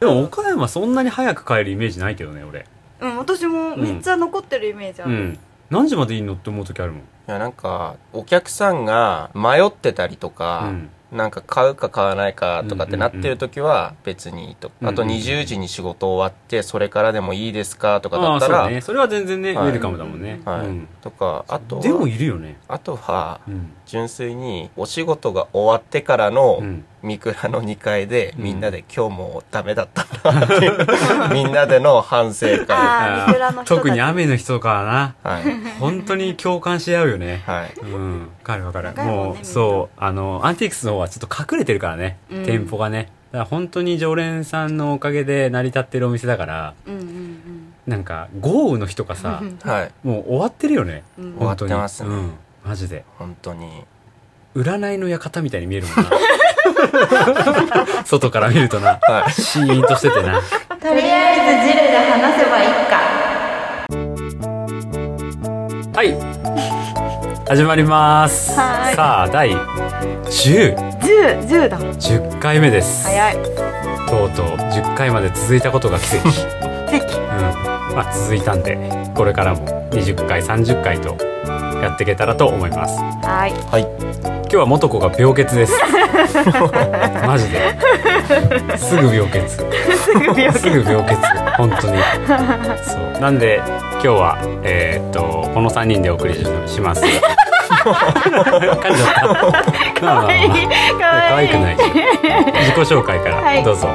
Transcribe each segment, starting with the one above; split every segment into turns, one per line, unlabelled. でも岡山そんなに早く帰るイメージないけどね俺
うん私もめっちゃ残ってるイメージあ
う
る、
ん何時までいいのって思う時あるもん
いやなんかお客さんが迷ってたりとか、なんか買うか買わないかとかってなってる時は別にいいと、
うんうん
あと20時に仕事終わってそれからでもいいですかとか
あ
だ
あ
った
そう
ら
ねそれは全然ね、
はい
ウェルカムだもんね、
はい
うん
とかあとは
でもいるよね
あとは
うん、
純粋にお仕事が終わってからの
うん
三倉の2階で
うん
みんなで今日もダメだったなって いう、みんなでの反省会
あー三浦の人たち
特に雨の日とかはな
はい
本当に共感し合うよね
はい
うん、わかるわかる。
高いもんね
も
みん
う、
な
そう、あの、アンティークスの方はちょっと隠れてるからね、
うん
店舗がね。だから本当に常連さんのおかげで成り立ってるお店だから、
うんうん
なんか、豪雨の日とかさ
う、ん
はい
もう終わってるよね。
うん
終わ
本
っ
当
て
に
ますね
うん、マジで。
本当に
占いの館みたいに見えるもんな。 外から見るとな、
はい
シーンとしててな。
とりあえずジルで話せばいいか
はい。始まります。
はい
さあ、第10、
10 10だ
10回目です。
早い
とうとう10回まで続いたことが奇跡。
奇跡
うんまあ、続いたんでこれからも20回30回とやっていけたらと思います
はい
はい
今日は元子が病欠です マジですぐ病欠すぐ 病欠本当にそうなんで今日はえーっとこの3人でお送りし ます噛んじゃったまあまあまあ
か
可
わ
愛
い
くないいし自己紹介か
は
ら
い
どうぞ、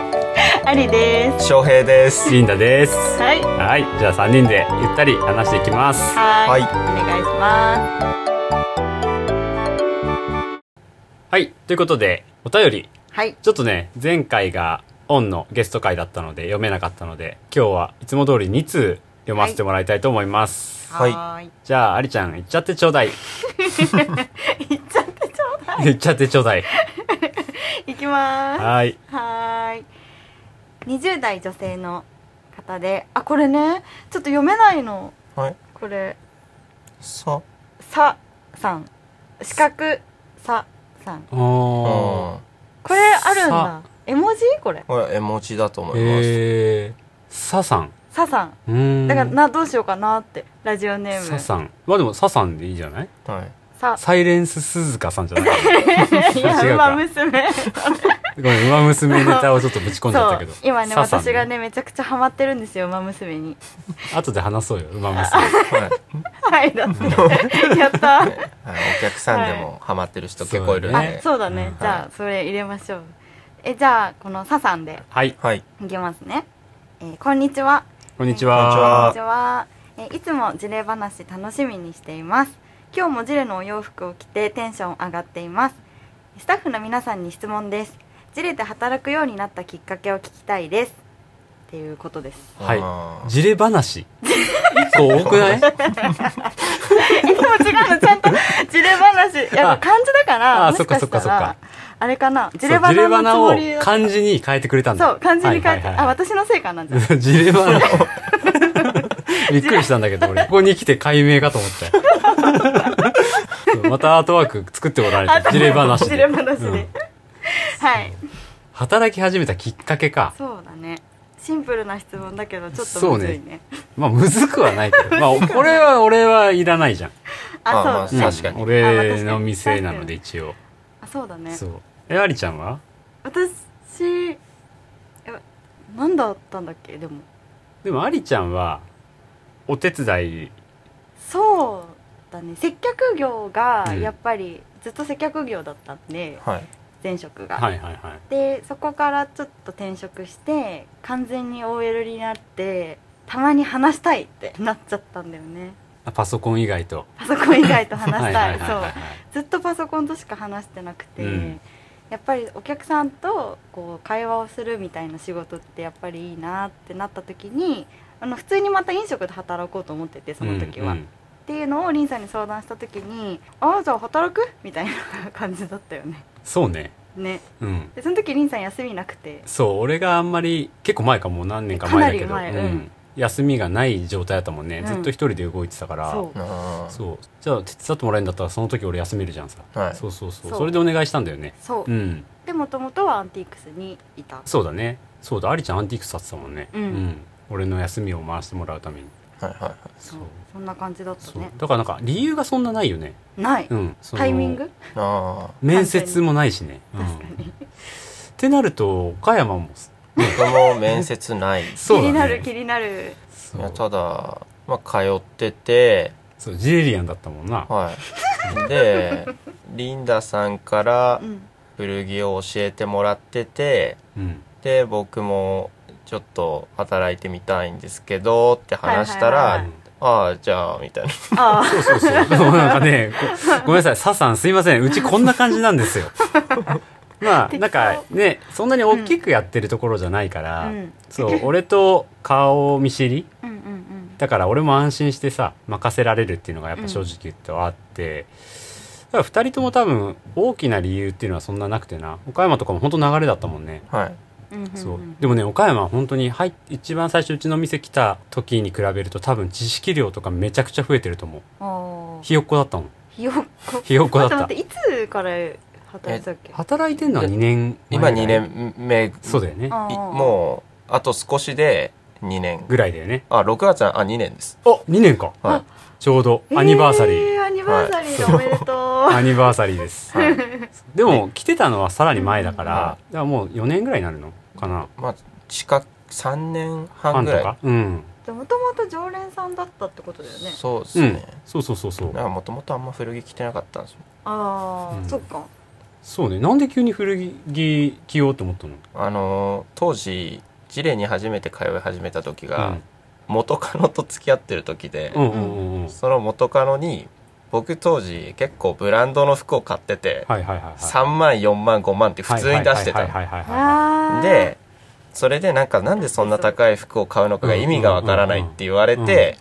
ありです
翔平です
リンダです
はい
はいじゃあ3人でゆったり話していきます
は
はいい
お願いしま
はい。ということで、お便り。
すはい
ちょっとね、前回がオンのゲスト会だったので読めなかったので、今日はいつも通り2通読ませてもらいたいと思います。
はい
い
じゃあ、ありちゃん、行っちゃってちょうだい。
行っちゃってちょうだい
行っちゃってちょうだい。
行きます
はい。
はーい20代女性の方であこれねちょっと読めないの
はい
これ
さ
「さ」さん四角「さ」さん
おー。
あ
これあるんだ
さ
絵文字これ
これ絵文字だと思います
えー。ささん。
「さ」さん
うーん。
だからなどうしようかなってラジオネーム
ささん。まあでも、ささんでいいじゃない
はい
さ
サイレンス鈴鹿さんじゃない
い
違
や
うか
う ま娘
ごめん、馬娘ネタをちょっとぶち込んじゃったけど
そ。う 今ね
ささん
私が。ねめちゃくちゃハマってるんですよ「ウマ 娘」に
後で話そうよ、馬娘。
はい
はいだって やった
はい、お客さんでもハマってる人結構いるんで、
はい
あそうだね、
ん
じゃあそれ入れましょうえじゃあこの「さ」さんで
はい。
はい
いきますね、えーこんにちは
こんにち
こんにちは
は。
こんにちはえーいつも事例話楽しみにしています今日もジレのお洋服を着てテンション上がっていますスタッフの皆さんに質問ですジレで働くようになったきっかけを聞きたいですっていうことです
はい
あー
ジレ 話。一個多くない
えでも違うのちゃんとジレ話いや
あ
漢字だから
あ
もしか
そ
し
っか
た
そっかそっ
らあれかなジ
そう
レバ
ジレ
ナの
花
つも
を
りだ
漢字に変えてくれたんだ。
そう漢字に書いて、あ私のせいかなじゃあ
私。 ジレ花を。びっくりしたんだけど、俺。 ここに来て解明かと思ったよそうまたアートワーク作っておられ
あ
た。ジレ話で。
ジレ話で
うん
はい
働き始めたきっかけか。
そうだねシンプルな質問だけどちょっとむずいね
まあ、むずくはないけど。まあ、これは、俺はいらないじゃん。
あま
あ
あ
そうだね
確かに
うん俺の店なので、一応。
あそうだね
そう。え、ありちゃんは
私え何だったんだっけでも
でも、ありちゃんは、お手伝い、
そうだね接客業が
うん
やっぱりずっと接客業だったんで
はい
前職が、
はいはいはい。
でそこからちょっと転職して完全に OL になってたまに話したいってなっちゃったんだよね
あパソコン以外と。
パソコン以外と話したい
は
そう
い
ずっとパソコンとしか話してなくて、
うん
やっぱりお客さんとこう会話をするみたいな仕事ってやっぱりいいなってなった時にあの普通にまた飲食で働こうと思っててその時は、
うんう
っ
ん
ていうのをリンさんに相談した時に「ああじゃあ働く?」みたいな感じだったよね。
そうね
ね
うん
でその時リンさん休みなくて
そう俺があんまり結構前かもう何年か前だけど
かなり前うん
休みがない状態だったもんね、
うん
ずっと一人で動いてたから
そ
あー
そうじゃあ手伝ってもらえるんだったらその時俺休めるじゃんさ、
はい
そうそうそう
そう
それでお願いしたんだよね
そう、
うん
でもともとはアンティークスにいた
そうだねそうだありちゃんアンティークス買ってたもんね、
うん
俺の休みを回してもらうために
はいはいはい
そ
そうう
そんな感じだった
そう
ね
だからなんか理由がそんなないよね、
ない、
うん、その
タイミング
あ
面接もないしね、うん、ってなると岡山も
あ僕も面接ない
そう
気
だね
になる気になる
そ
いうやただまあ通ってて
そうジレリアンだったもんな
はいでリンダさんから
うん
古着を教えてもらってて
うん
で僕もちょっと働いてみたいんですけどって話したら、
はいはい
ああじゃあみたいな
ああ
そうそう そうなんかねごごめんなさいサさんすいませんうちこんな感じなんですよ まあなんかねそんなに大きくやってるところじゃないから、
うん
そう俺と顔見知り
うんうんうん
だから俺も安心してさ任せられるっていうのがやっぱ正直言ってはあって、だから2人とも多分大きな理由っていうのはそんななくてな岡山とかも本当流れだったもんね、
はい
うんうんうん
そうでもね岡山は本当に入っ一番最初うちの店来た時に比べると多分知識量とかめちゃくちゃ増えてると思う
ああ
ひよっこだったもん
ひよっこ
ひよっこだっ
待
た
って待っていつから働いてたっけ
働いてんのは2年
今
前ぐら
2
い
年目
そうだよね
あ
い
ー
もうあと少しで2年
ぐらいだよね
あ6月はあ2年です
お2年か
は
ちょうどアニバーサリー、
えーアニバーサリーおめでとう、
アニバーサリーです
い、はい、
でも来てたのはさらに前だから、
は
だからもう4年ぐらいになるのかな
まあ近く3年
ファ
半
ン
ぐ
と
らい
かうん、
じゃもともと常連さんだったってことだよね
そうです
うん
ね、、
そうそうそうそう
なんかもともとあんま古着着てなかったんですよ
ああ、
うん
そっか
そうねなんで急に古着着ようと思ったの
あのー当時ジレに初めて通い始めた時が、
うん
元カノと付き合ってる時で、
うんうんうんうん
その元カノに僕当時結構ブランドの服を買ってて、
はいはいはいはい
3万4万5万って普通に出して
はい
た
はいはいはいはい
ああ
でそれでなんかなんでそんな高い服を買うのかが意味がわからないって言われ
うんうんうん
て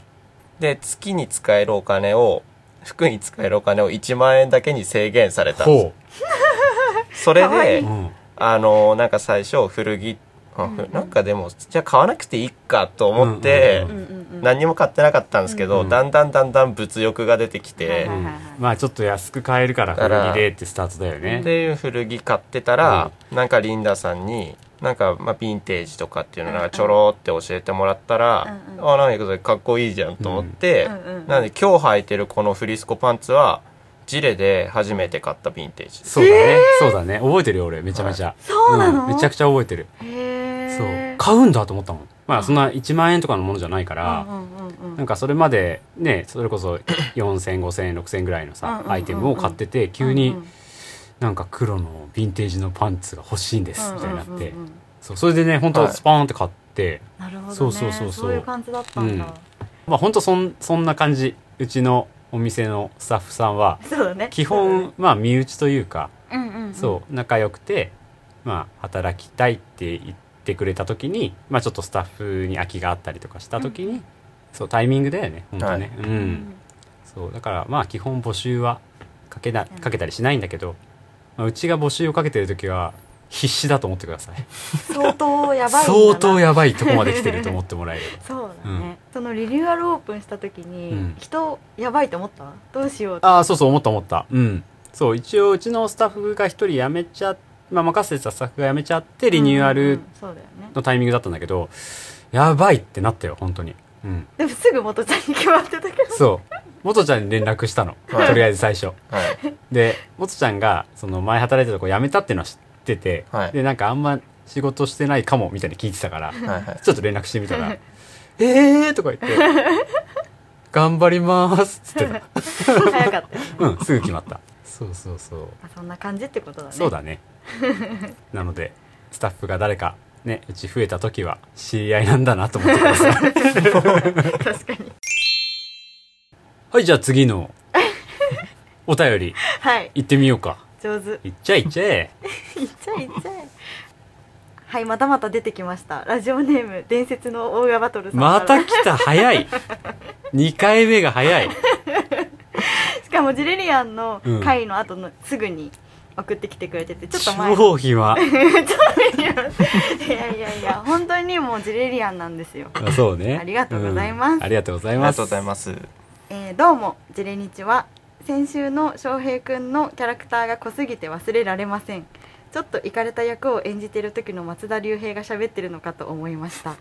で月に使えるお金を服に使えるお金を1万円だけに制限されたんです
ほ
それ
かわいい
うん
で
うん
あのなんか最初古着あ
うんうん
なんかでもじゃあ買わなくていいかと思っ
う
て
ん
うんうんうん
何にも買ってなかったんですけ
う
ど
ん
だんだんだんだん物欲が出てきて
はいはいはい
まあちょっと安く買えるから
だから
古着でってスタートだよね
で古着買ってたら、なんかリンダさんになんかまあヴィンテージとかっていうの
うんう
が
ん
ちょろって教えてもらったら、
うんうん
あなんかそれかっこいいじゃんと思って、
うんうんうん
なんで今日履いてるこのフリスコパンツはジレで初めて買ったヴィンテージです
そうだねそうだね覚えてるよ俺めちゃめちゃ
そうなの、
んめちゃくちゃ覚えてる
へえ
そう買うんだと思ったもんまあそんな1万円とかのものじゃないから
うんうんうんう
なん
ん
かそれまでねそれこそ40005000円6000円ぐらいの
うんうんうん
さ
うん
アイテムを買ってて急になんか黒のヴィンテージのパンツが欲しいんですみたいになって
うんうんうんうん
そうそれでね本
は
当
い
スパーンって買って
なるほどね
そうそうそうそう
いう感じだったんだ、
まあ本当そんそんな感じうちのお店のスタッフさんは
そうだね
基本まあ身内というか
うんうんうん
そう仲良くてまあ働きたいって言ってくれた時にまあちょっとスタッフに空きがあったりとかした時にそうタイミングだよね本当ねう
うん
そうだからまあ基本募集はかけな
うん
かけたりしないんだけど、まあ、うちが募集をかけてる時は必死だと思ってください
相当やばいんだな
相当やばいとこまで来てると思ってもらえる
そうだね、そのリニューアルオープンした時に、
うん
人やばいと思ったどうしようっ て
ああそうそう思った思ったうんそう一応うちのスタッフが一人辞めちゃまあ任せてたスタッフが辞めちゃってリニューア
うんう
ル
んそうだよね
のタイミングだったんだけどやばいってなったよ本当にうん
でもすぐ元ちゃんに決まってたけど
そう元ちゃんに連絡したの
はい
とりあえず最初
はい
で元ちゃんがその前働いてたとこ辞めたっていうのは知ってて、
はい
でなんかあんま仕事してないかもみたいに聞いてたから
はいはい
ちょっと連絡してみたら「 えー!」とか言 って「頑張ります」っつってた
早かったよね
うんすぐ決まったそうそうそう
あそんな感じってことだね
そうだねなのでスタッフが誰かねうち増えた時は知り合いなんだなと思ってください
確かに
はいじゃあ次の お便り
はい
行ってみようか
上手
いっちゃえいっちゃ え
いっちゃいっちゃいはいまたまた出てきましたラジオネーム伝説のオーガバトルさん
ま
か
た
ら
来た早い2回目が早い
しかもジレリアンの
うん
回の後のすぐに送ってきてくれててちょっと前
超 暇
いやいやいや本当にもうジレリアンなんですよ
あそうね
ありがとうございます
んありがとうござい
ありが
ま
と
す
うございます
えーどうもジレニチは先週の翔平くんのキャラクターが濃すぎて忘れられませんちょっとイかれた役を演じている時の松田龍平が喋ってるのかと思いま した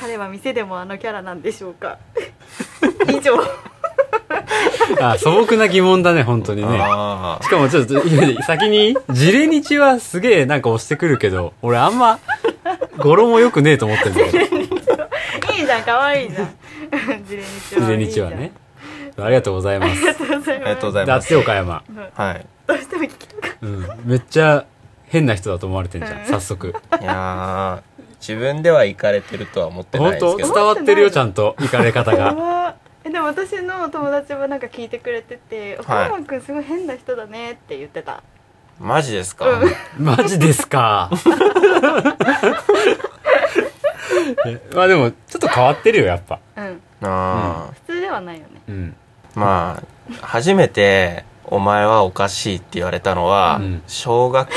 彼は店でもあのキャラなんでしょう か以上
あ素朴な疑問だね本当にね
あ
しかもちょっと先に「ジレ日はすげえなんか押してくるけど俺あんま語呂もよくねえと思ってるんだけど
いいじゃん可愛いじゃん ジレ日
ジ
は
レ
いい
日
じゃん
はねありがとうございます
ありがとうござい
あ
ま
りが
す
とうござい
だ
ま
っ
す
て岡山、
はい
どうしても聞きたかっ
うん、めっちゃ変な人だと思われてんじゃん早速
いやー自分では行かれてるとは思ってない
本当
ですけ
伝
ど
わってるよちゃんと行かれ方
た
が
わえでも私の友達もなんか聞いてくれてて「岡山くんすごい変な人だね」って言ってた、
マジですか、
うん
マジです かえまあでもちょっと変わってるよやっぱ
うん
あ
普通ではないよね
うん
ーまあ初めて「お前はおかしい」って言われたのは、
うん
小学校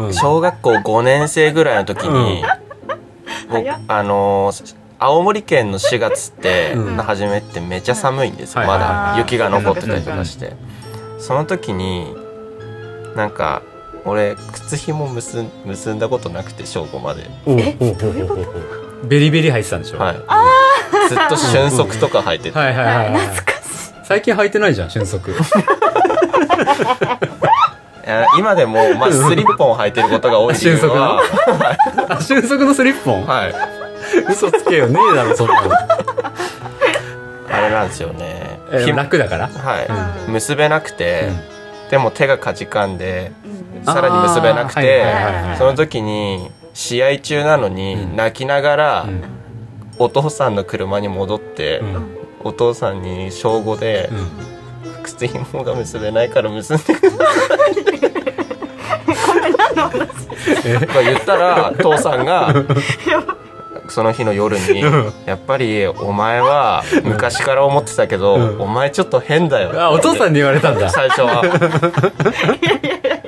うん
小学校5年生ぐらいの時に、僕
早っ
あのー青森県の4月って
うん
初めってめっちゃ寒いんですよ、
はい
ま
はい
だ
はい
雪が残ってたりとかしてその時になんか俺靴ひも結ん結んだことなくて正午まで、
おう
え
おうおう
どういう
お
こ
うおうベリベリ入ってたんでしょ、
はい、ずっと瞬足とか履いてて
はいはいはいはい
懐かしい
最近履いてないじゃん瞬 足
いや今でも、まあ、スリッポン履いてることが多い理由は、
あ瞬足のスリッポン
はい、
嘘つけよねえだろそんなの、
あれなんですよね
えー
ひ
楽だから
は
う
い
ん
結べなくて、でも手がかじかんで
うんうん
さらに結べなくて
あーはいはいはいはい
その時に試合中な
う
の
ん
に泣きながら、
うん
お父さんの車に戻って、
うん
お父さんに小5で
う、ん
靴ひもが結べないから結んでくれと
え
か言っ たら父さんがその日の夜に
うん
やっぱりお前は昔から思ってたけど、
うん
お前ちょっと変だよって
あお父さんに言われたんだ
最初は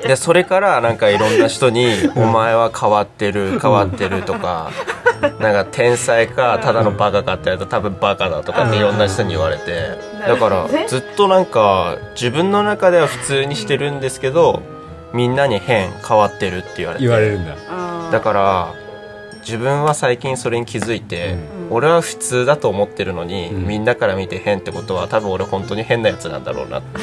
でそれからなんかいろんな人に「お前は変わってる変わってる」とか「なんか天才かただのバカか」って言われたら多分バカだとかっていろんな人に言われて
なる
だ
ほ
か
どね
らずっとなんか自分の中では普通にしてるんですけどみんなに「変変わってる」って言われ
言わ
て
れるんだ
あー
だから自分は最近それに気づいて、
うん
俺は普通だと思ってるのに、
うん
みんなから見て変ってことは多分俺本当に変なやつなんだろうなって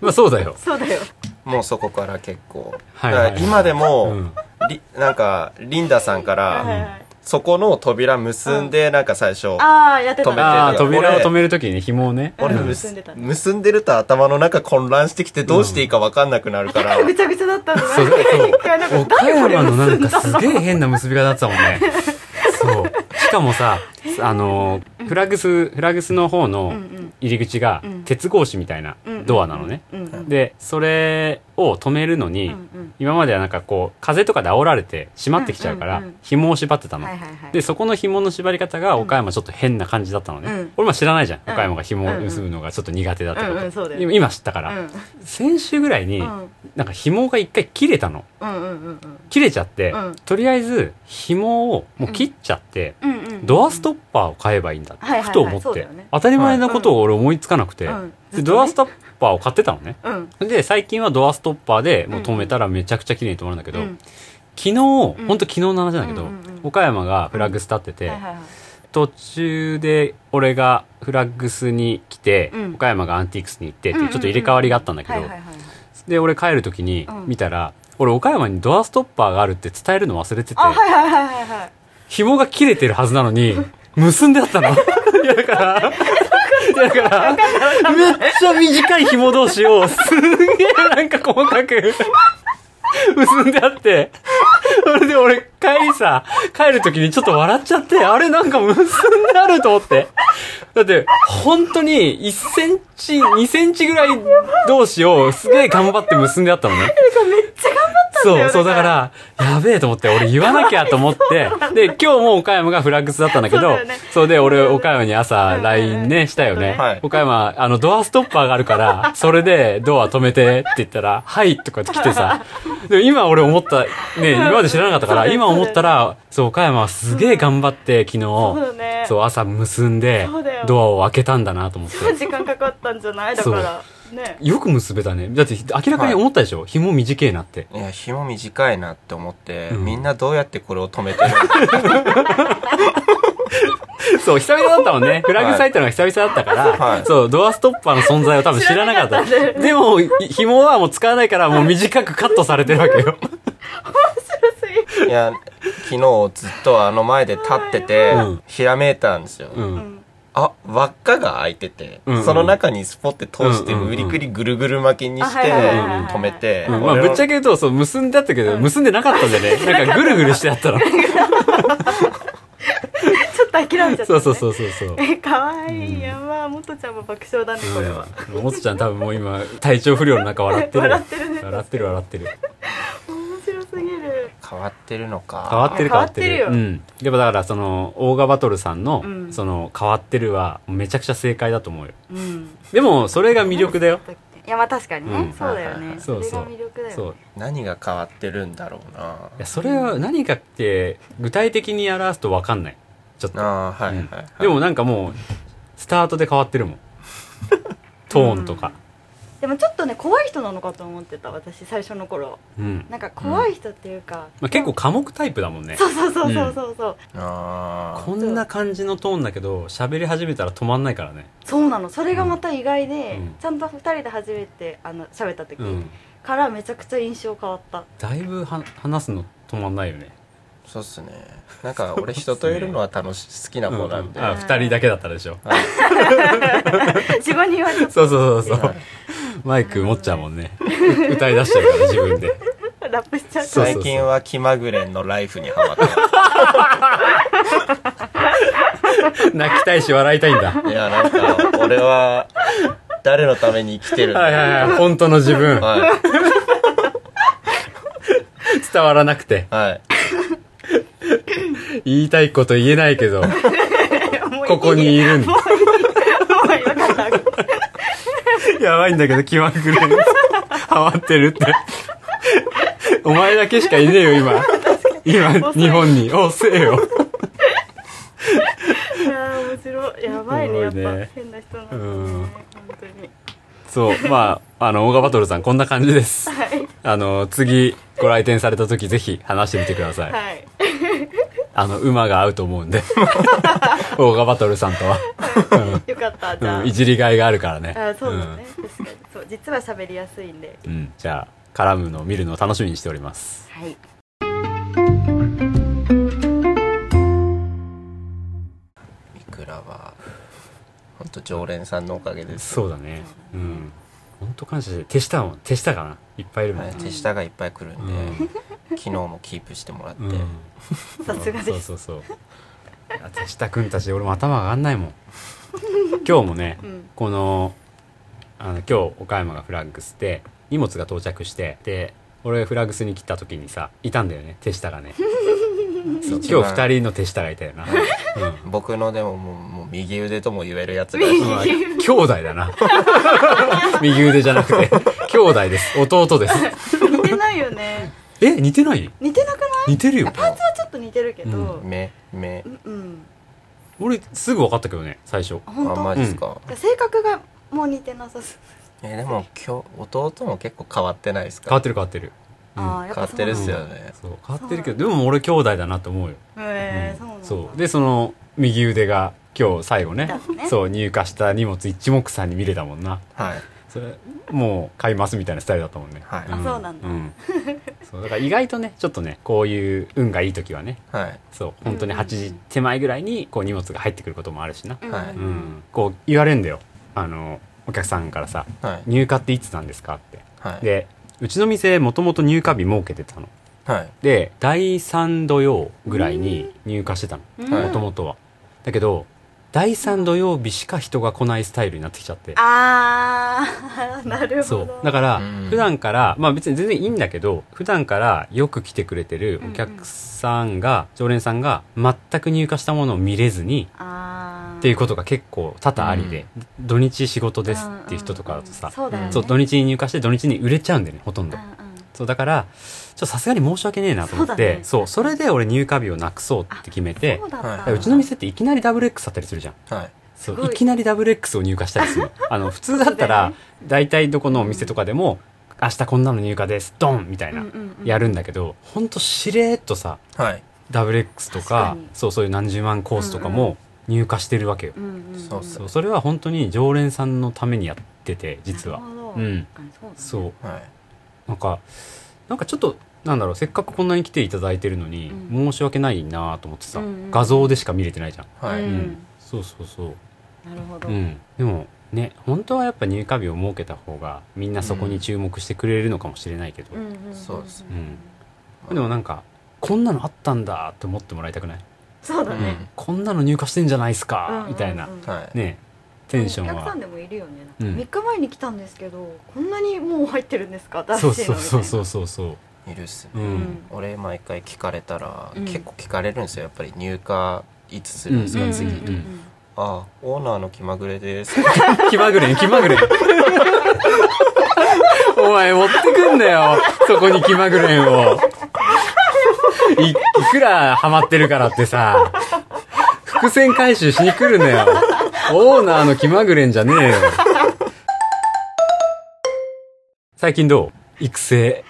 まあそうだよ
そうだよ
もうそこから結構、
はい
だから今で
う
も、
ん
りなんかリンダさんか
はいはい
ら、
はい
そこの扉結んで、なんか最初
ああやってた
止めて
ああ
だから
扉を
俺
止めるときに紐をね
俺
うん
結
結んでたね
結んでると頭の中混乱してきてどうしていいか分かんなくなるから、
ぐちゃぐちゃだったんだ
そうそう
一回なんか
岡
誰これ
山
結
の
ん
なん
だ
かすげえ変な結び方だったもんねそうしかもさあのフラグスフラグスの方の
うんうん
入り口が
うん
鉄格子みたいな
うんうん
ドアなのね
うんうん
でそれを止めるの
うん
に
うん
今まではなんかこう風とかで煽られて閉まってきちゃうか
う
ら
んうんうん
紐を縛ってたの
はいはいはい
でそこの紐の縛り方が
うん
岡山ちょっと変な感じだったのね、
うん
俺も知らないじゃん
うん
岡山が紐を結ぶのがちょっと苦手だった
うんうん
こ
そう
と
だよ
今今知ったから、
うん
先週ぐらいに
うん
なんか紐が一回切れたの
うんうんうんうん
切れちゃって、
うん
とりあえず紐をもう切っちゃって、
うんうん
ドアストッパーを買えばいいんだって、
はいはいはい
ふと思って、
そうだよね
当たり前のことを俺思いつかなくて、
うんうん
でドアストッパーを買ってたのね
うん
で最近はドアストッパーでもう止めたらめちゃくちゃ綺麗に止まるんだけど、
うん
昨日、ほんと昨日の話なんだけど、
うんうんうん
岡山がフラッグス立ってて、
はいはいはい
途中で俺がフラッグスに来て、
うん
岡山がアンティークスに行ってって
うん
いう
うんうん
ちょっと入れ替わりがあったんだけ
は
ど、
いはいはいはい
で俺帰る時に
うん
見たら、俺岡山にドアストッパーがあるって伝えるの忘れてて、
あはいはいはいはいはい
紐が切れてるはずなの に結んであったのいやだからいやだからめっちゃ短い紐同士をすんげえなんか細かく結んであってそれで俺帰りさ帰る時にちょっと笑っちゃってあれなんか結んであると思ってだって本当に1センチ2センチぐらい同士をすげえ頑張って結んであったのね
めっちゃ頑張ったんだ
そ
よ
う、そう、だから、やべえと思って、俺言わなきゃと思って、で、今日も岡山がフラッグスだったんだけ
そう
ど
だよね、
そうで、俺、岡山に
うん
朝
う、ん
LINE ね、したよ
は
ね
い。
岡山、あの、ドアストッパーがあるから、それで、ドア止めて、って言ったら、はい、とかって来てさ、でも今俺思った、ね、今まで知らなかったか
そう
ら、
だよ
今思ったら、そう、岡山はすげえ頑張って、昨
そうだ
日、
ね
そう、朝結んで
そうだよ、
ドアを開けたんだなと思って。
時間かかったんじゃないだからね
よく結べたねだって明らかに思ったでしょ、紐短えな って
いや紐短いなって思って、
うん
みんなどうやってこれを止めてる
そう久々だったもんね フラグサイトのが久々だったから、
はい
そうドアストッパーの存在を多分知らなかったでもい紐はもう使わないからもう短くカットされてるわけよ
のいや昨日ずっとあの前で立ってて、
うん
ひらめいたんですよ、
うん、
うん
あ輪っかが開いてて、
うんうん
その中にスポって通して
うんうんうん
無理くりぐるぐる巻きにして
あはい
はいはいはい
止めて、
うんまあ、ぶっちゃけ言うとそう結んであったけど、結んでなかったんでね なんかぐるぐるしてあったの
ちょっと諦めちゃった、ね、
そうそうそうそうそう
え可愛いいやばもとちゃんも爆笑だねこれは、
うん、もつちゃん多分もう今体調不良の中笑ってる
笑ってるね
笑ってる笑ってる
面白すぎる
変わってるのか
変わってる変わってる
変わってる
うん、やっぱだからそのオーガバトルさんの,、
うん
その変わってるはめちゃくちゃ正解だと思うよ
うん
でもそれが魅力だよ
いやまあ確かにね、
うん
そうだよね、
いそうそう
れが魅力だよね
そう
何が変わってるんだろうない
やそれは何かって具体的に表すと分かんないちょっと、
あーはいはい、はい
でもなんかもうスタートで変わってるも んトーンとか
でもちょっとね怖い人なのかと思ってた私最初の頃
うん、
なんか怖い人っていうか、
まあ、結構寡黙タイプだもんね
そうそうそうそうそうそう、
あー
こんな感じのトーンだけど喋り始めたら止まんないからね
そうなのそれがまた意外で、
うん
ちゃんと二人で初めてあの喋った時
うん
からめちゃくちゃ印象変わった、
だいぶは話すの止まんないよね
そうっすねなんか俺人といるのは楽し好きな方なんで、
うあ2人だけだったでしょ
はい
自分に言われちゃっ
そうそうそうそ
は
う
い
マイク持っちゃうもんねう歌い出してるから自分で
たラップしちゃっ
そうそ
た
う
最近は気まぐれんのライフにハマってま
泣きたいし笑いたいんだ
すいやなんか俺は誰のために生きてるんだ
はいはいはい本当の自分
はい
伝わらなくて
はい
言いたいこと言えない けど
もういい
ここにいるんだ
もういいわかっ た
やばいんだけど気まぐれに ハマってるって お前だけしかいねえよ今今
遅い
日本に遅えよ
いやー面白いやばいねやっ
すごいね
ぱ変な人なん
う
だね、
ん
本当に
そうまああのオーガバトルさんこんな感じです
はい
あの次ご来店された時ぜひ話してみてください
はい
あの馬が合うと思うん でオーガバトルさんとは
よかったじゃあ、
うんいじりがいがあるからね
あそうだね、確かにそう実は喋りやすいんで
うんうんじゃあ絡むのを見るのを楽しみにしております
はい
いくらは本当常連さんのおかげです、
そうだねうん本当感謝して手下も手下かないっぱいいるもん
は
ね
い、手下がいっぱい来るんで、
うん
昨日もキープしてもらって、
うん
さすがです
そうそうそういや手下くんたち俺も頭が上がんないもん今日もね、
うん
このあの今日岡山がフラッグスで荷物が到着してで俺フラッグスに来た時にさいたんだよね手下がねそう
一
今
番
日二人の手下がいたよな、うん
僕のでももうもう右腕とも言えるやつが
右
まあ兄弟だ な右腕じゃなくて兄弟です弟です
似てないよね
え似てない
似てなくない
似てるよ
パーツはちょっと似てるけど、
う
目目
うんうん
俺すぐ分かったけどね最初
あ
あ
本当、
マジですか、
性格がもう似てなさそう、
えでも今日弟も結構変わってないですか
変わってる変わってる、うん
ああや
変
っぱ
わってるっすよね、
そう変わってるけどでも俺兄弟だなと思うよ
そうなんだへえそうなんだ
そうでその右腕が今日最後ね
だね
そう入荷した荷物一目散に見れたもんな
はい
それもう買いますみたいなスタイルだったもんね、
はい
あそうなんだ
うん、そうだから意外とねちょっとねこういう運がいい時はね
はい
そう本当に
うんうん
8
うん
時手前ぐらいにこう荷物が入ってくることもあるしな、
うん
はい
うんこう言われんだよあのお客さんからさ
はい
「入荷っていつなんですか?」って
はい
でうちの店もともと入荷日設けてたの
はい
で第3土曜ぐらいに入荷してたの
うん
はい
もともとはだけど第3土曜日しか人が来ないスタイルになってきちゃって
あー なるほど
そうだから
うん
普段から、まあ別に全然いいんだけど普段からよく来てくれてるお客さんが、常連さんが全く入荷したものを見れずに
あー
っていうことが結構多々ありで、土日仕事ですっていう人とかだとさ、
うんうんうんそうだよね
そう土日に入荷して土日に売れちゃうんだよねほとんど、
うんうん
そうだからちょっとさすがに申し訳ねえなと思って
そうだね
そうそれで俺入荷日をなくそうって決めて
そうだっ
は
た
い
だからうちの店っていきなりダブル X だったりするじゃん
はい
そ
すご
う
い
いきなり WX を入荷したりす るあの普通だったら大体どこのお店とかでも「明日こんなの入荷ですドン!」みたいな
うんうんうん
やるんだけどほんとしれーっとさ
はい。
WX と
確か
か
に
そうそういう何十万コースとかも入荷してるわけよ
うんうんうん
そうそ
そうそれは本当に常連さんのためにやってて実は
なるほど
うん
確かにそ
そ
う
う
はい。
なんかなんかちょっとなんだろうせっかくこんなに来ていただいてるのに、
う
申し訳ないなと思ってさ、
うんうん
画像でしか見れてないじゃん、
はい。
うん
そうそうそう
だなるほど、
うん、でもね本当はやっぱ入荷日を設けた方がみんなそこに注目してくれるのかもしれないけど、
うんうんんん
そうです
うんでもなんかこんなのあったんだって思ってもらいたくない
そうだね、
こんなの入荷してんじゃないですか、
うんうんうん
みたいな
はい。
ねテンション
お客さ
は
んでもいるよね、
うん
3日前に来たんですけどこんなにもう入ってるんですか新しい
そ
の
う
みたい
そう
な
そうそうそうそう
いるっすね。
うん、
ん
俺毎回聞かれたら、
うん
結構聞かれるんですよやっぱり入荷いつするんです
うんう
か、
んうん
次、
うんうん
ああオーナーの気まぐれです
気まぐれ気まぐれお前持ってくんだよそこに気まぐれをいいくらハマってるからってさ伏線回収しに来るなよオーナーの気まぐれんじゃねえよ最近どう育成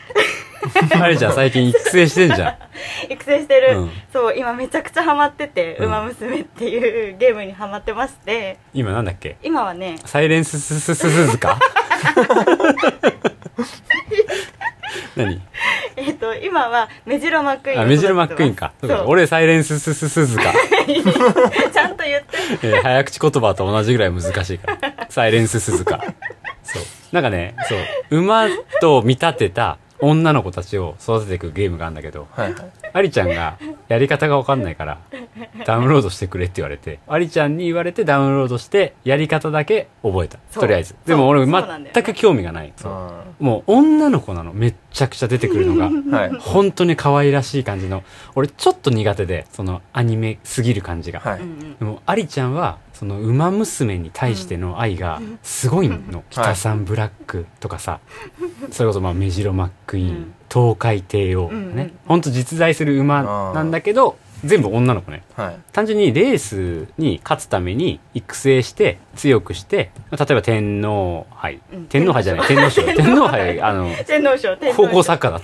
あれじゃん最近育成してんじゃ
育成してる、
うん
そう今めちゃくちゃハマってて「
うん
ウマ娘」っていうゲームにハマってまして
ん今なんだっけ
今はね
サイレンススススズか何
えっ、と今はメジロマックイーン
あ、
を
メジロマックイーンか。そう
育てて
か
ますそう
俺、サイレンススススズ か。
ちゃんと言って
えー早口言葉と同じぐらい難しいから。サイレンススズか。そう。なんかね、そう。馬と見立てた女の子たちを育てていくゲームがあるんだけど、
はいはい
アリちゃんがやり方がわかんないから、ダウンロードしてくれって言われて、アリちゃんに言われてダウンロードして、やり方だけ覚えた。
そう
とりあえず。でも俺、
そうそうなんだよね
全く興味がない。そう。
あ
もう、女の子なの。めっちゃくちゃ出てくるのが。
あはい
本当に可愛らしい感じの俺ちょっと苦手でそのアニメすぎる感じが、
は
う
い、
んうん
でもアリちゃんはその馬娘に対しての愛がすごいの、北三ブラックとかさそれこそまあメジロマックイーン、
うん
東海帝王、ね
うんうん
ほんと実在する馬なんだけど全部女の子ね
はい
単純にレースに勝つために育成して強くして例えば天皇杯、
うん
天皇杯じゃない天皇 賞天皇杯あの
天皇賞天皇
高
賞
校サッカーだっ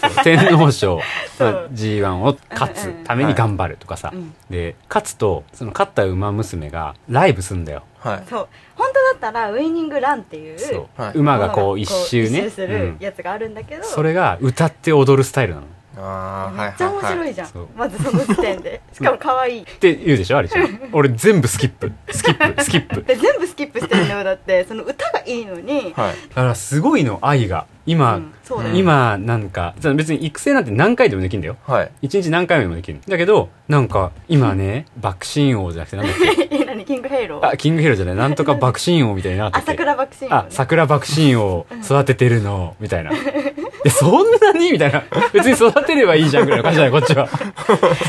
たそう天皇賞
そう
まあ G1 を勝つために頑張るとかさ、
うん
で勝つとその勝った馬娘がライブすんだよ、
はい
そう本当だったらウイニングランっていう
そう、
はい
馬がこう一周ね
一するやつがあるんだけど、
うんそれが歌って踊るスタイルなのっ
ああ
め
はい
っちゃ面
はい
白
はい
いじゃん、
そう
まずその時点 でしかも可愛い
て言うでしょあれちゃ ん俺全部スキップスキップスキップ
で全部スキップして るのよだってその歌がいいのに、
はい
だからすごいの愛が今、
うんそうだよ、
今なんかその別に育成なんて何回でもできるんだよ
はい
一日何回もできるんだけどなんか今ね 爆心王じゃなくてなんだっけ
え何キングヘイロー
あキングヘローじゃないなんとか爆心王みたいになって
あ
て
桜爆心王ね
あ、桜爆心を育ててるの、みたいな。え、そんなにみたいな。別に育てればいいじゃんぐらいの感じだよ、こっちは。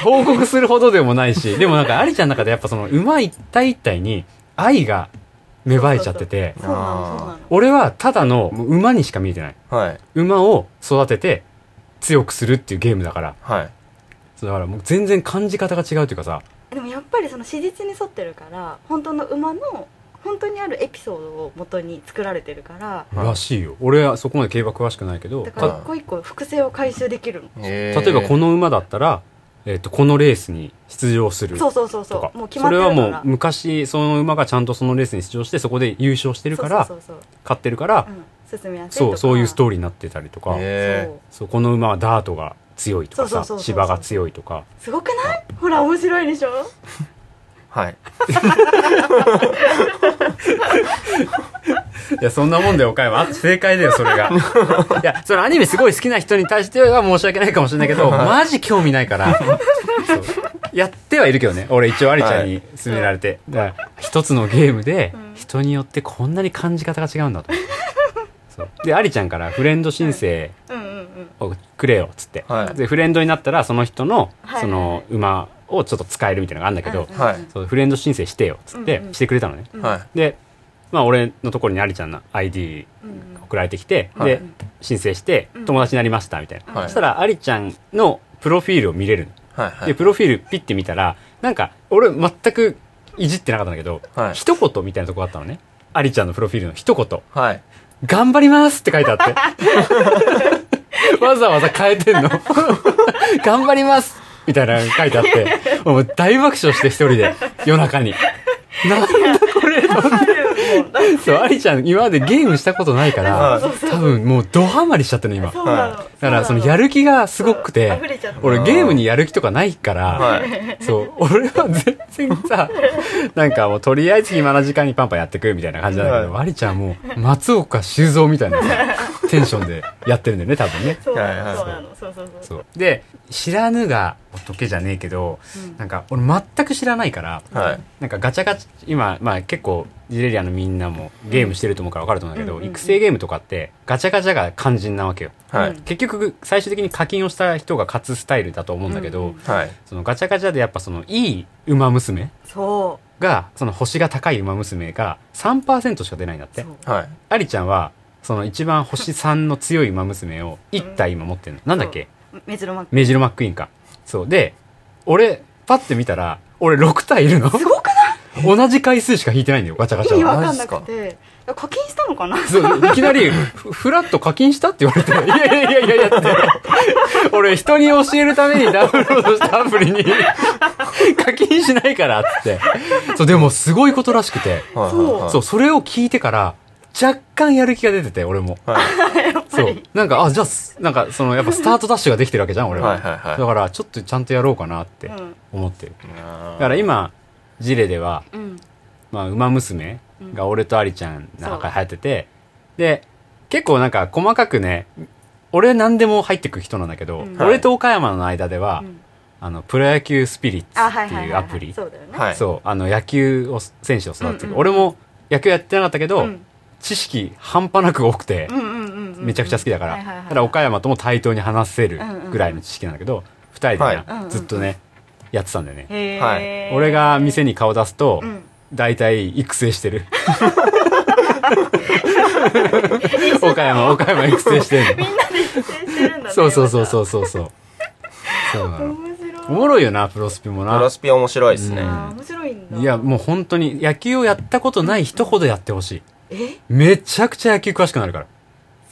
報告するほどでもないし。でもなんか、アリちゃんの中でやっぱその、馬一体一体に愛が芽生えちゃってて、
そうなのそうなの
俺はただのもう馬にしか見えてない。
はい
馬を育てて強くするっていうゲームだから。
はい
そうだからもう全然感じ方が違うというかさ、
でもやっぱりその史実に沿ってるから本当の馬の本当にあるエピソードを元に作られてるから
はい
らしいよ。俺はそこまで競馬詳しくないけど、
だから
た
一個一個複製を回収できるの、
え
例えばこ
の
の馬だったら、えっ、と、このレースに出場する。
そうそうそう
と
そ
か
うもう決ま
そ
って
れ
るか
は
ら
もう昔その馬がちゃんとそのレースに出場してそこで優勝してるから
そうそうそう
勝ってるから
そう、うん、進みやすいと
そ
か
うそういうスト
ー
ーリーになってたりとか、
え
そうこの馬はダートが強いとか
そ
さ
うそうそうそう
芝が強いとか
すごくないほら面白いでしょ
はい
いやそんなもんで岡山あ正解だよそれがいやそれアニメすごい好きな人に対しては申し訳ないかもしれないけどマジ興味ないからそうやってはいるけどね俺一応アリちゃんに勧められて、だから一つのゲームで
うん
人によってこんなに感じ方が違うんだと思ってそうでアリちゃんからフレンド申請
うんうんうん
をくれよっつって、
はい
でフレンドになったらその人の
はい
その馬をちょっと使えるみたいなのがあるんだけど、
うん
は
う
い
ん
そうフレンド申請してよっつって、
うんうん
してくれたのね
うん
はい
でまあ俺のところにアリちゃんの ID
うんうん
送られてきて、
はい
で申請して
うん
友達になりましたみたいな、
はい
そしたらアリちゃんのプロフィールを見れるの
はいは
で
い
プロフィールピッて見たらなんか俺全くいじってなかったんだけど、
はい
一言みたいなとこあったのねありちゃんのプロフィールの一言
はい
「頑張ります」って書いてあ ってわざわざ変えてんの「頑張ります」みたいなの書いてあってもう大爆笑して一人で夜中 になんだこれと思って
もうだ
そうありちゃん今までゲームしたことないから
そう
多分もうドハマりしちゃってるの今
そうなの、
はい
だからそのやる気がすごく
そう溢
て
れちゃった
俺ゲームにやる気とかないから、
はい
そう俺は全然さなんかもうとりあえず暇な時間にパンパンやってくみたいな感じなんだけど、
は
ありちゃんもう松岡修造みたいなさテンションでやってるんだよね多分ね
そう
はいはい
なのそうなのそうそうそ
そ
う
うで知らぬが仏じゃねえけど
うん
なんか俺全く知らないから
はい
なんかガチャガチャ今、まあ、結構ジレリアのみんなもゲームしてると思うから分かると思うんだけど、
うんうんうん
育成ゲームとかってガチャガチャが肝心なわけよ
はい
結局最終的に課金をした人が勝つスタイルだと思うんだけど、
うんうん
はい
そのガチャガチャでやっぱそのいい馬娘
そ
がその星が高い馬娘が3%しか出ないんだっ
うそ
て
う
はい
ありちゃんはその一番星3の強い馬娘を1体今持ってるの、なんだっけ
メジロマック
メジロマックイーンかそうで俺パッて見たら俺6体いるの
すごくない
同じ回数しか引いてないんだよガチャガチ
意味
ャ
わ
は
かんなくて課金したのかな
そういきなりふフラット課金したって言われて「いやいやいやいや」って俺人に教えるためにダウンロードしたアプリに課金しないからっつってそうでもすごいことらしくて
はい
そう
はい
そうそれを聞いてから若干やる気が出てて俺も
はい
そうなんかあじゃあすなんかそのやっぱスタートダッシュができてるわけじゃん俺は,、
はいはいはい
だからちょっとちゃんとやろうかなって
うん
思ってる、
だ
だから今ジレでは
うん
まあ、馬娘が俺とアリちゃんの中に入ってて、で、結構なんか細かくね、俺何でも入ってく人なんだけど、
うん
俺と岡山の間では、
うん
あの、プロ野球スピリッツ
あはい
って
はいはい
いう
はい
アプリ、
そうだよね
はい
そう、あの、野球を、選手を育てて、
うんうん
俺も野球やってなかったけど、
うん
知識半端なく多くて、
うんうんうんうん
めちゃくちゃ好きだから、
はいはいはい
だから岡山とも対等に話せるぐらいの知識なんだけど、二、人でね、
はい
ずっとね、やってたんだよね。
へー
は
俺が店に顔出すと、
うん
大体育成してる岡山岡山育成してる
みんなで出演してるんだ ね
そうそうそうそうそうそうそうなの
面白い
おもろいよなプロスピも
プロ
な
スピ面白いですね、
うん
あー面白いんだ
いやもう本当に野球をやったことない人ほどやってほしい
え
めちゃくちゃ野球詳しくなるから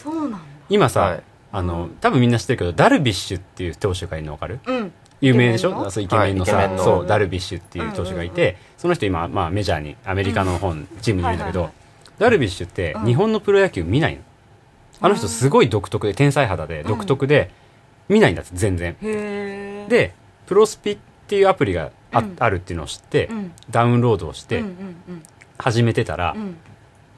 そうなんだ
今さ、
はい
あの多分みんな知ってるけどダルビッシュっていう投手がいるの分かる
うん
有名でし
イケメン
ょ
の
そうイケメンのさ、
はいイケメンの
そうダルビッシュっていう投手がいて、その人今、まあ、メジャーにアメリカの本、チームにいるんだけど、
はいは
ダルビッシュって
うん
日本のプロ野球見ないの、あの人すごい独特で天才肌で
ん
独特で、見ないんだって全然
へえ
でプロスピっていうアプリがあ,、
うん
あるっていうのを知って、
うん
ダウンロードをし
う
て
んうん
始めてたら、
うんうん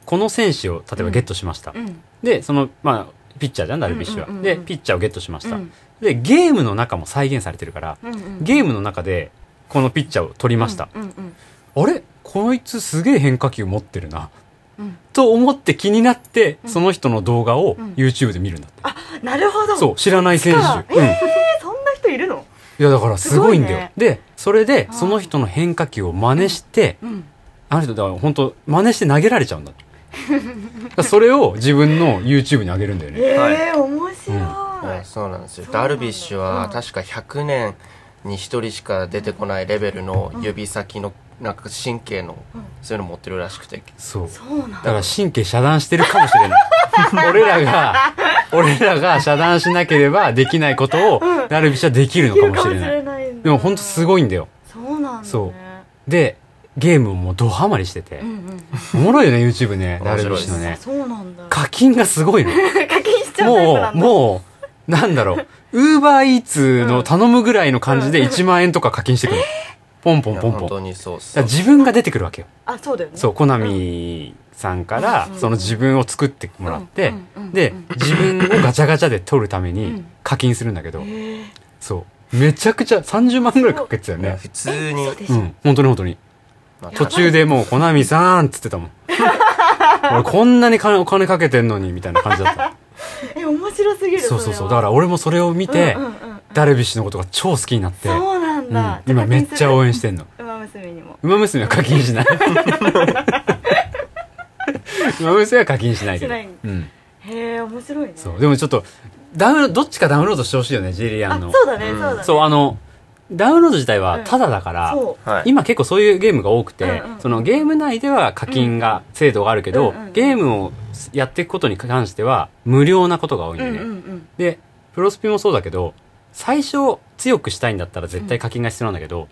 この選手を例えばゲットしました、
うん
でそのまあピッチャーじゃんダルビッシュは、
うんうんうんう
で
ん
ピッチャーをゲットしました、
うん
でゲームの中も再現されてるから、
うんうん
ゲームの中でこのピッチャーを取りました、
うんうん
あれこいつすげえ変化球持ってるな
うん
と思って気になって、
うん
その人の動画を
うん
YouTube で見るんだって、
うんなるほど
そう知らない選
そっ
手、
か
うん、い
えーそんな人いるの
やだからすごいんだよ、
す
でそれで
あー
その人の変化球を真似して、
うん
あの人だから本当真似して投げられちゃうんだってだ からそれを自分の YouTube に上げるんだよね
ええ面白
いや
い
そうなんですよ
そうなんだ
ダルビッシュ
う
は
ん
確か100年に1人しか出てこないレベルの指先のなんか神経のそういうの持ってるらしくて
そう
そうなん
だから神経遮断してるかもしれない。 俺らが、俺らが遮断しなければできないことを、ダルビッシュはできるの
い
か
る
も
か
し
も
れ
し
な
れ
い。
ない
でも本当す
い
ごいんだよ。
そうなんだね
そうで、ゲームもドハマりしてて
う。んうんうん
おもろいよね、YouTube ね、ダ
面
ルビ
白
ッ
いで
シ
す
ュのね。
そうなんだ課
課金がす ごいの。
金しちゃうタイプ
もう、
なんだ
もう、なんだろう。ウーバーイーツの頼むぐらいの感じで1万円とか課金してくる。ポンポ
い
ン
や
ポンポン。
本
だか
当にそうっす
ら自分が出てくるわけよ。
あそうだよね
そう、コナミさんから
う、ん
その自分を作ってもらって
うんうんうん、
で、自分をガチャガチャで取るため
う
に
ん
課金するんだけど
へ、ー
そう。めちゃくちゃ30万ぐらいかけてたよ
いや
ね。
普通に
そうでし
う
ょ
ん、本当に本当に。
まあ
途中でもう、コナミさんっつってたも ん。俺こんなに金お金かけてんのに、みたいな感じ だった。
え面白すぎる
そうそうそう。
れ
だ
は
から俺もそれを見て
うん、うんうんうん
ダルビッシュのことが超好きになって、う
そうなんだ
ん、今めっちゃ応援しててんの。
馬娘にも
馬娘は課金 しない。馬娘は課金しないけど。
しない
うん。
へえ面白いね
そう、でもちょっと、ダウンロード、どっちかダウンロードしてほしいよね、ジェリア
あ
ンの。
そうだね
う
そ
ん
うだね
そうあの、ダウンロード自体はタダだから、
そう
はい。
今結構そういうゲームが多くて、
うんうん
そのゲーム内では課金が、制度があるけど、
うんうん
ゲームをやっていくことに関しては無料なことが多いん
う
でね、
んうんうん
でプロスピもそうだけど最初強くしたいんだったら絶対課金が必要なんだけど、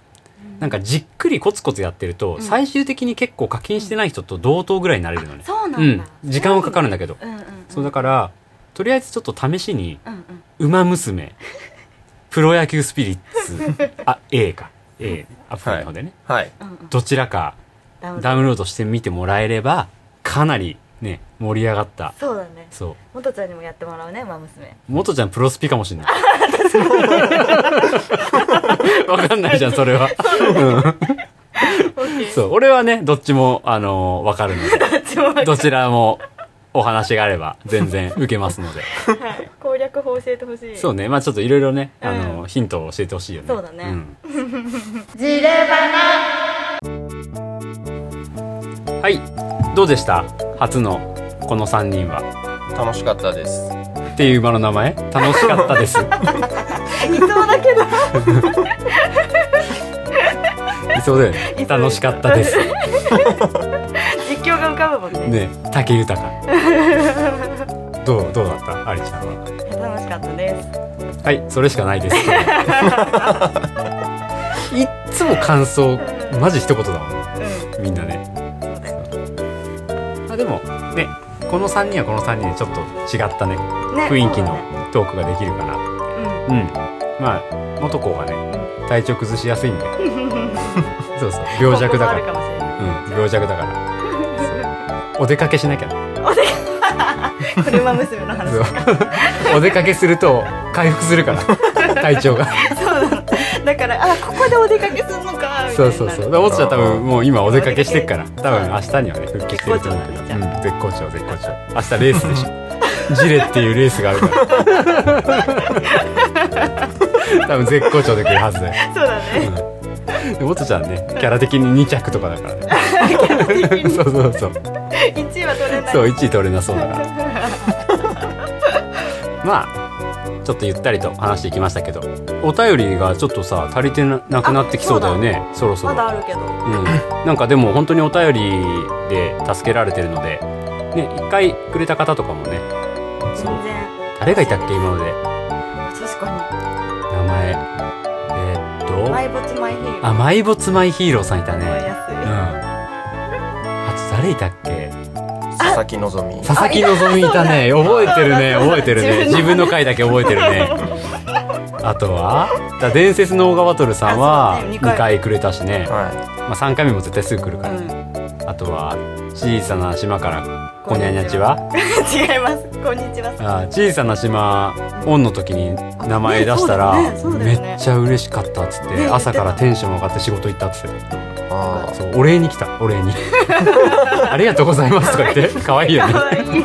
なんかじっくりコツコツやってると、
うん
最終的に結構課金してない人と同等ぐらいになれるのね、
そうな
うんん
だ、
時間はかかるんだけど、
うんうんうん
そうだからとりあえずちょっと試しに
うんうん
「ウマ 娘」「プロ野球スピリッツ」あ A か A アプリの方でね、
はい。
うんうん
どちらか
ダウンロー
ダ
ド
ウンロードしてみてもらえればかなりね盛り上がった
そうだね
そう
元ちゃんにもやってもらうね馬娘
元ちゃんプロスピかもし んないわかんないじゃんそれはそう俺はねどっちもあのー わかるのでどちらもお話があれば全然受けますので
はい攻略法教えてほしい
そうねまあちょっといろいろね、あ
う
のーヒントを教えてほしいよね
そうだね
ん
ジレバナ
はいどうでした初のこの3人は
楽しかったです。
っていう馬の名前楽しかった ですい
いそうだけど
そうだよ
い
ね
そう
楽しかった です
実況が浮かぶもんね
ね竹豊どうどうだったありちゃんは
楽しかったです
はいそれしかない ですいっつも感想マジ一言だもんね
うん
みんなね
そうだよ
あでもねこの3人はこの3人でちょっと違ったね
ね
雰囲気
そうだ
の
ね
トークができるからうんまあ元子はね体調崩しやす いんでそうそう
うん
病弱だか
こ
ら
こもあるかもしれない
うん病弱だから そうお出かけしなきゃ
車娘の 話
そうお出かけすると回復するから 体調が
そうだだからあここでお出かけするのかみたいになる
そうそうそうでおっちゃん多分もう今お出かけしてっから
お出
多分明日にはね復帰してると思うけど、う
絶好
ん
調だねじゃ、
絶好調絶好調明日レースでしょジレっていうレースがある から多分絶好調で来るはずだよ
そうだね
でおっちゃんねキャラ的に2着とかだからねそうそうそう
1位は取れない
そう1位取れなそうだからまあちょっとゆったりと話していきましたけどお便りがちょっとさ足りてなくなってきそうだよねそろそろ
まだあるけど
うん、なんかでも本当にお便りで助けられてるので、ね、一回くれた方とかもね
全
そう
然
誰がいたっけ今まで
確か
名前えーっ
にマイ
と
ボツマイヒーロー
あマイボツマイヒーローさんいたね
思い
うん
やすい
あと誰いたっけ
佐々木希美。
佐々木希いたね覚えてるね覚えてるね
自
自
分
分の回だけ覚えてるねあとはだ伝説のオガバトルさん
あ
は
そうね二
2
回
回くれたしね、
は
まあ、3回目も絶対すぐ来るから、
うん
あとは小さな島からこにゃにゃちは
違いますこんにちは
あー小さな島オンの時に名前出したら、
ねそうだよねそうだよね
めっちゃ嬉しかったっつって、
ね言ってた
朝からテンション上がって仕事行ったっつってた
い。あ
そうお礼に来たお礼 にありがとうございますとか言って可愛い よね
可愛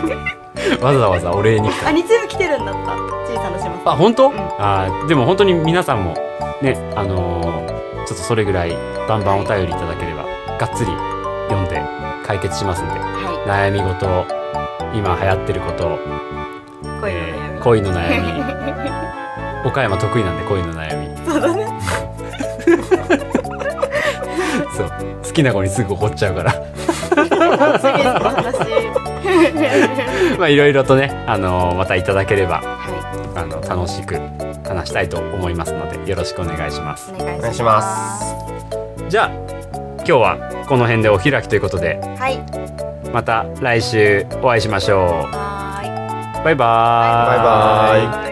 い
わざわざお礼に来た
あ日曜日来てるんだった小さな島さん
あ本当、
ん
あーでも本当に皆さんもねあのーちょっとそれぐらいバンバンお便りいただければがっつり読んで解決しますんで
は
悩み事今流行ってること
い恋の悩
えー
み
恋の悩 み岡山得意なんで恋の悩み
そうだね
そう好きな子にすぐ怒っちゃうから
次の話は
まあいろいろとね、あのーまたいただければ、
い
あの楽しく話したいと思いますのでよろしくお願いします
お願いします
お願いします。
じゃあ今日はこの辺でお開きということで
はい
また来週お会いしましょ
はーいう
バイバーイ
バイバーイ
はーい